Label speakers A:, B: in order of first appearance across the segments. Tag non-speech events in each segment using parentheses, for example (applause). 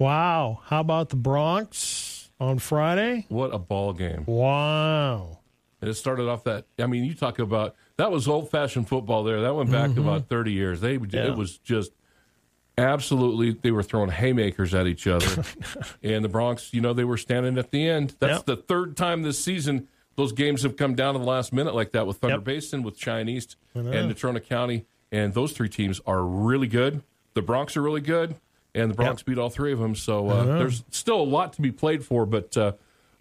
A: Wow. How about the Bronx on Friday?
B: What a ball game!
A: Wow.
B: It started off that. I mean, you talk about that was old fashioned football there. That went back about thirty years. They
A: Yeah.
B: it was just absolutely they were throwing haymakers at each other,
A: (laughs)
B: and the Bronx. You know, they were standing at the end. That's
A: Yep.
B: the third time this season those games have come down to the last minute like that with Thunder
A: Yep.
B: Basin, with Chinese,
A: know.
B: and Natrona County. And those three teams are really good. The Bronx are really good, and the Bronx beat all three of them. So uh, there's still a lot to be played for, but uh,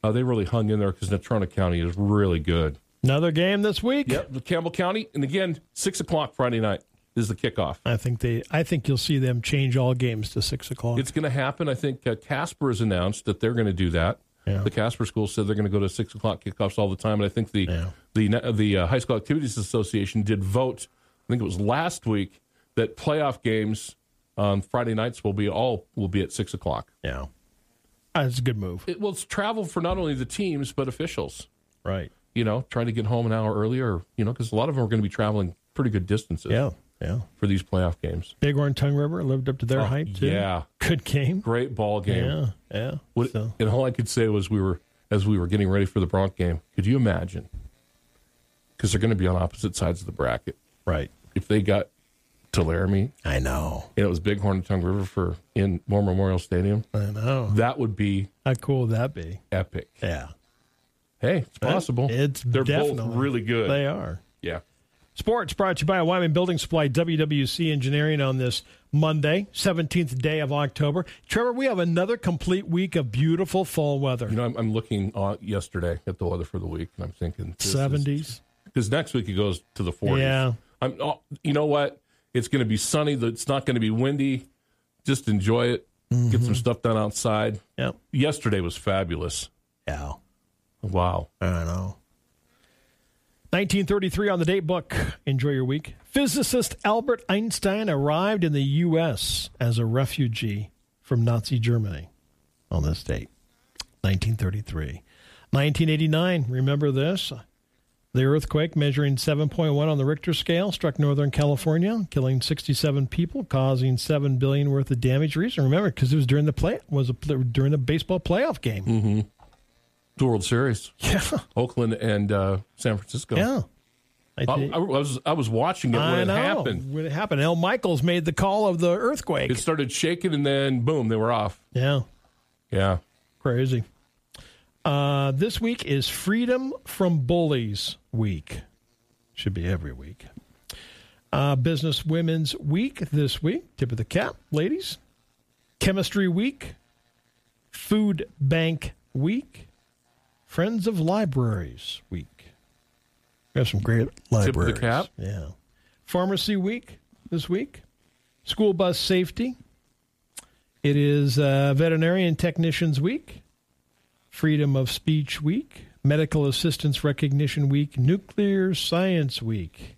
B: uh, they really hung in there because Natrona County is really good.
A: Another game this week?
B: Yep, with Campbell County, and again, six o'clock Friday night is the kickoff.
A: I think they I think you'll see them change all games to six o'clock.
B: It's going to happen. I think uh, Casper has announced that they're going to do that.
A: Yeah.
B: The Casper School said they're going to go to six o'clock kickoffs all the time, and I think the
A: Yeah.
B: the the uh, High School Activities Association did vote. I think it was last week that playoff games on Friday nights will be all will be at six o'clock.
A: yeah. That's a good move.
B: It will travel for not only the teams but officials.
A: Right.
B: You know, trying to get home an hour earlier. You know, because a lot of them are going to be traveling pretty good distances
A: Yeah. Yeah.
B: for these playoff games.
A: Bighorn Tongue River lived up to their hype too.
B: Oh, yeah.
A: Good game.
B: Great ball game.
A: Yeah. Yeah.
B: What-
A: so
B: And all I could say was we were as we were getting ready for the Bronx game. Could you imagine? Because they're going to be on opposite sides of the bracket.
A: right.
B: If they got to Laramie
A: I know.
B: and it was Bighorn and Tongue River for in War Memorial Stadium,
A: I know.
B: that would be
A: How cool would that be?
B: epic.
A: Yeah.
B: Hey, it's possible.
A: It's
B: they're both
A: definitely-
B: really good.
A: They are.
B: yeah.
A: Sports brought to you by Wyman Building Supply, WWC Engineering on this Monday, 17th day of October. Trevor, we have another complete week of beautiful fall weather.
B: You know, I'm, I'm looking on yesterday at the weather for the week, and I'm thinking this is-
A: 70s.
B: because next week it goes to the 40s.
A: Yeah.
B: I'm. Oh, you know what? It's going to be sunny. It's not going to be windy. Just enjoy it. Get
A: Mm-hmm.
B: some stuff done outside.
A: Yeah.
B: Yesterday was fabulous.
A: Yeah.
B: Wow.
A: I know. 1933 on the date book. Enjoy your week. Physicist Albert Einstein arrived in the U.S. as a refugee from Nazi Germany on this date, 1933. 1989, remember this? The earthquake measuring 7.1 on the Richter scale struck Northern California, killing 67 people, causing 7 billion worth of damage. Reason, remember, because it was during the play was a, during the baseball playoff game.
B: The World Series,
A: Yeah,
B: Oakland and uh, San Francisco.
A: yeah.
B: I, I was I was watching it when
A: I
B: it
A: know.
B: happened.
A: When it happened, L. Michaels made the call of the earthquake.
B: It started shaking and then boom, they were off.
A: yeah,
B: Yeah.
A: crazy. Uh, this week is Freedom from Bullies Week. Should be every week. Uh, Business Women's Week this week. Tip of the cap, ladies. Chemistry Week. Food Bank Week. Friends of Libraries Week. We have some great
B: of the
A: libraries.
B: cap.
A: Yeah. Pharmacy Week this week. School Bus Safety. It is uh, Veterinarian Technicians Week. Freedom of Speech Week. Medical Assistance Recognition Week. Nuclear Science Week.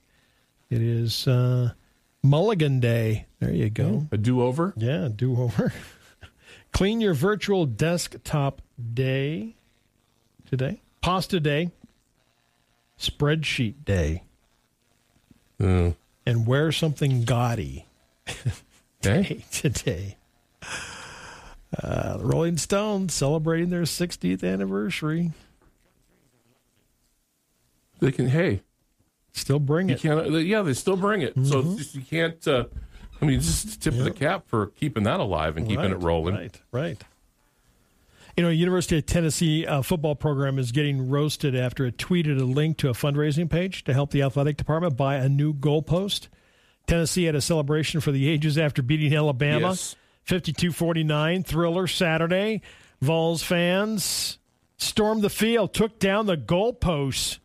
A: It is uh, Mulligan Day. There you go.
B: A do over.
A: Yeah, do over. (laughs) Clean your virtual desktop day today. Pasta day. Spreadsheet day. And wear something gaudy (laughs)
B: Okay.
A: today. Uh, the Rolling Stones celebrating their 60th anniversary.
B: They can. Hey,
A: Still bring
B: you
A: it.
B: can't. Yeah, they still bring it. So
A: Mm-hmm.
B: it's just, you can't. Uh, I mean, just tip of the cap for keeping that alive and keeping it
A: Right,
B: rolling.
A: Right, right. You know, University of Tennessee uh, football program is getting roasted after it tweeted a link to a fundraising page to help the athletic department buy a new goalpost. Tennessee had a celebration for the ages after beating Alabama,
B: Yes.
A: fifty-two forty-nine. Thriller Saturday. Vols fans stormed the field, took down the goalposts.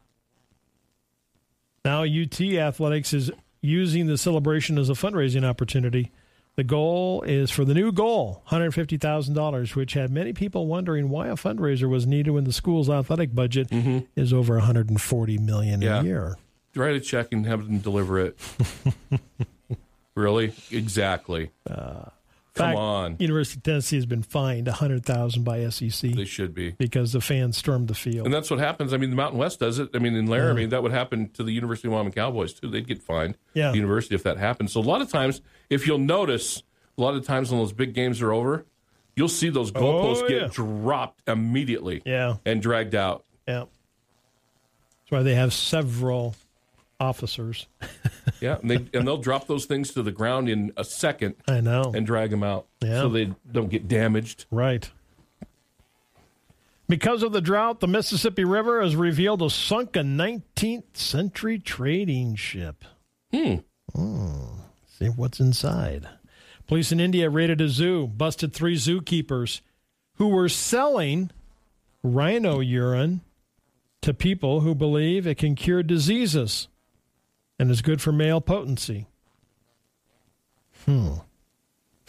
A: Now UT Athletics is using the celebration as a fundraising opportunity. The goal is for the new goal, $150,000, which had many people wondering why a fundraiser was needed when the school's athletic budget is over $140 million
B: Mm-hmm. Yeah.
A: a year.
B: write a check and have them deliver
A: (laughs)
B: it. really? Exactly. Come
A: Uh, fact-
B: on.
A: University of Tennessee has been fined 100000 by SEC
B: They should be.
A: because the fans stormed the field.
B: And that's what happens. I mean, the Mountain West does it. I mean, in Laramie, that would happen to the University of Wyoming Cowboys, too. They'd get fined.
A: Yeah.
B: The university if that happens. So a lot of times, if you'll notice, a lot of times when those big games are over, you'll see those goalposts
A: Oh, yeah.
B: get dropped immediately
A: Yeah.
B: and dragged out.
A: Yeah. That's why they have several officers.
B: Yeah, and, they, and they'll drop those things to the ground in a second
A: I know.
B: and drag them out
A: Yeah.
B: so they don't get damaged.
A: Right. Because of the drought, the Mississippi River has revealed a sunken 19th century trading ship. Hmm. See what's inside. Police in India raided a zoo, busted three zookeepers who were selling rhino urine to people who believe it can cure diseases and is good for male potency. (laughs)
B: You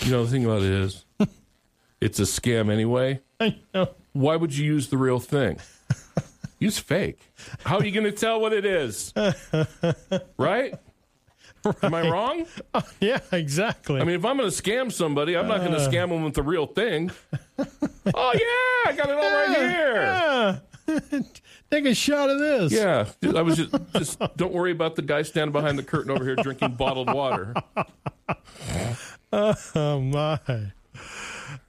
B: know, the thing about
A: (laughs)
B: it is, it's a scam anyway.
A: I know.
B: Why would you use the
A: (laughs)
B: real thing? Use fake. How are you going to tell what
A: (laughs)
B: it is? Right? Am I wrong?
A: Yeah, exactly.
B: I mean, if I'm going to scam somebody, I'm not going to
A: Uh.
B: scam them with the real thing. oh, yeah, I got it all right
A: (laughs)
B: here.
A: Yeah. Take a shot of this.
B: Yeah, I was just, just don't worry about the guy standing behind the curtain over here drinking bottled water.
A: Oh my.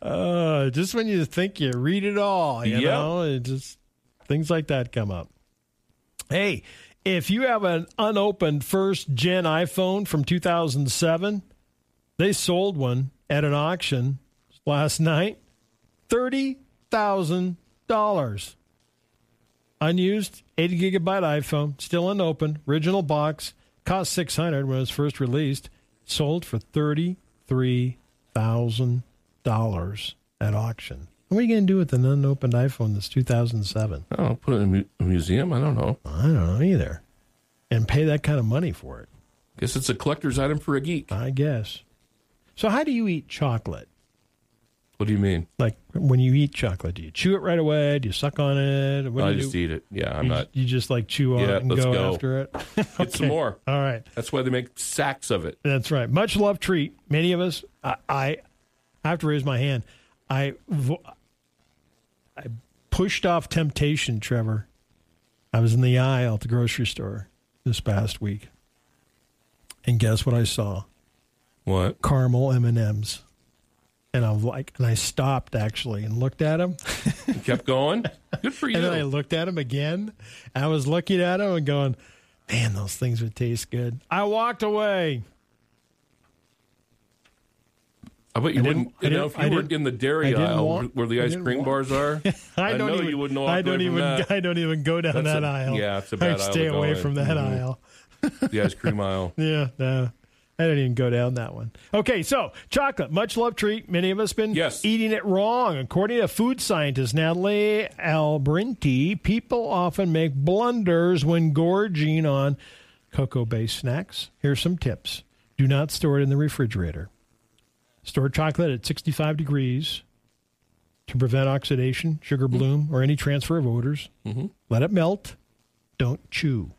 A: Uh, just when you think you read it all, you
B: Yep.
A: know, it just things like that come up. Hey, if you have an unopened first gen iPhone from 2007, they sold one at an auction last night, thirty thousand dollars. Unused, eighty gigabyte iPhone, still unopened, original box, cost six hundred when it was first released, sold for thirty three thousand dollars at auction. What are you going to do with an unopened iPhone that's two thousand seven?
B: Oh, I'll put it in a, mu- a museum. I don't know.
A: I don't know either, and pay that kind of money for it.
B: Guess it's a collector's item for a geek.
A: I guess. So, how do you eat chocolate?
B: What do you mean?
A: Like when you eat chocolate, do you chew it right away? Do you suck on it? What do
B: I
A: you
B: just
A: do?
B: eat it. Yeah, I'm
A: you,
B: not.
A: you just like chew on
B: Yeah,
A: it and
B: let's
A: go,
B: go.
A: after it. (laughs)
B: Get some more.
A: All right,
B: That's why they make sacks of it.
A: that's right. Much love treat. Many of us, I, I, I have to raise my hand. I, vo- I pushed off temptation, Trevor. I was in the aisle at the grocery store this past week, and guess what I saw?
B: What?
A: Caramel M and M's. And I'm like, and I stopped actually and looked at them.
B: You kept going? Good for
A: (laughs)
B: you. (laughs)
A: And then I looked at him again. I was looking at him and going, man, those things would taste good. I walked away.
B: I bet you
A: I
B: wouldn't.
A: didn't- I
B: You know,
A: didn't-
B: if
A: I
B: you were
A: didn't-
B: in the
A: I
B: dairy
A: didn't
B: aisle
A: want-
B: where the
A: I
B: ice
A: didn't
B: cream
A: want-
B: bars are,
A: (laughs) I don't
B: know
A: even.
B: you wouldn't walk
A: I don't
B: away from
A: even. (laughs)
B: that.
A: I don't even go down
B: That's
A: that
B: a-
A: aisle. (laughs)
B: yeah, it's a
A: I
B: bad aisle
A: stay
B: to go
A: away
B: in.
A: from that
B: Mhm.
A: aisle.
B: the ice cream aisle.
A: Yeah, no. I didn't even go down that one. Okay, so chocolate, much loved treat. Many of us been
B: Yes.
A: eating it wrong. According to food scientist Natalie Albrinti, people often make blunders when gorging on cocoa-based snacks. Here's some tips: Do not store it in the refrigerator. Store chocolate at 65 degrees to prevent oxidation, sugar bloom, or any transfer of odors. Let it melt. Don't chew.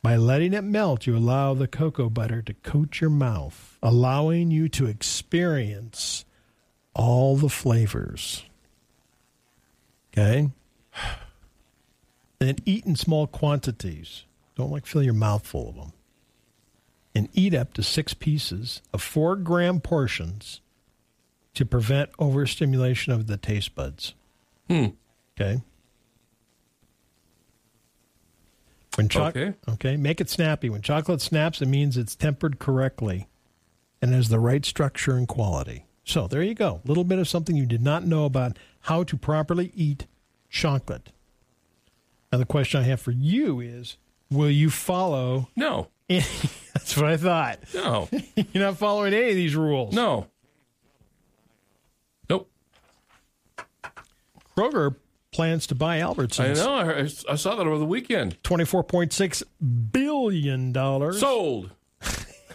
A: By letting it melt, you allow the cocoa butter to coat your mouth, allowing you to experience all the flavors. Okay? (sighs) And eat in small quantities. Don't like fill your mouth full of them. And eat up to six pieces of four gram portions to prevent overstimulation of the taste buds. Okay. When choc-
B: Okay.
A: okay, make it snappy. When chocolate snaps, it means it's tempered correctly and has the right structure and quality. So there you go. A little bit of something you did not know about how to properly eat chocolate. Now the question I have for you is will you follow
B: No,
A: any (laughs) that's what I thought. (laughs)
B: no,
A: You're not following any of these rules.
B: no, nope.
A: Kroger plans to buy
B: I
A: Albertsons.
B: know. I, heard- I saw that over the weekend.
A: $24.6 billion. (laughs)
B: Sold.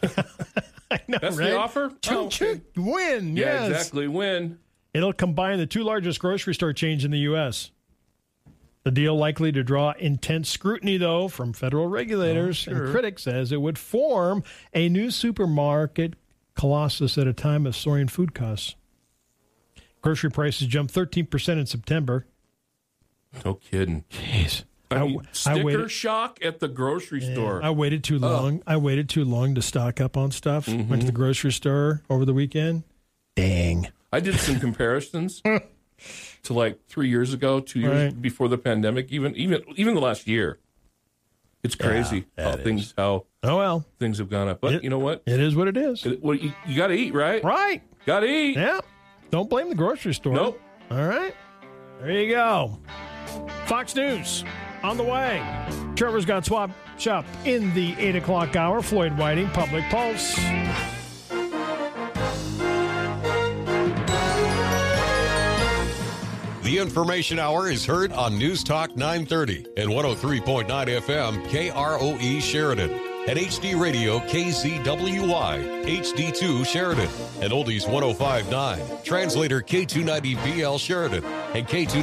B: That's the offer.
A: Choo-
B: Oh, okay.
A: choo- Win.
B: Yeah,
A: yes.
B: exactly. When
A: It'll combine the two largest grocery store chains in the U.S. The deal likely to draw intense scrutiny, though, from federal regulators
B: Oh,
A: and critics, as it would form a new supermarket colossus at a time of soaring food costs. Grocery prices jumped 13% in September.
B: No kidding.
A: Jeez.
B: I mean,
A: w-
B: sticker
A: waited-
B: shock at the grocery store.
A: I waited too long. I Mm-hmm. waited too long to stock up on stuff. Went to the grocery store over the weekend. Dang.
B: I did some comparisons to like three years ago, two years
A: Right.
B: before the pandemic, even even even the last year. It's crazy how
A: that is.
B: things how
A: Oh well,
B: things have gone up. But
A: It-
B: you know what?
A: it is what it is.
B: It- well, you, got to eat, right?
A: Right?
B: Got to eat.
A: Yeah. Don't blame the grocery store.
B: Nope.
A: All right. There you go. Fox News on the way. Trevor's got swap shop in the eight o'clock hour. Floyd Whiting, Public Pulse.
C: The Information Hour is heard on News Talk 930 and 103.9 FM KROE E Sheridan. And HD Radio KZWY, HD2 oh Sheridan, and Oldies 1059, Translator K290BL Sheridan, and K290.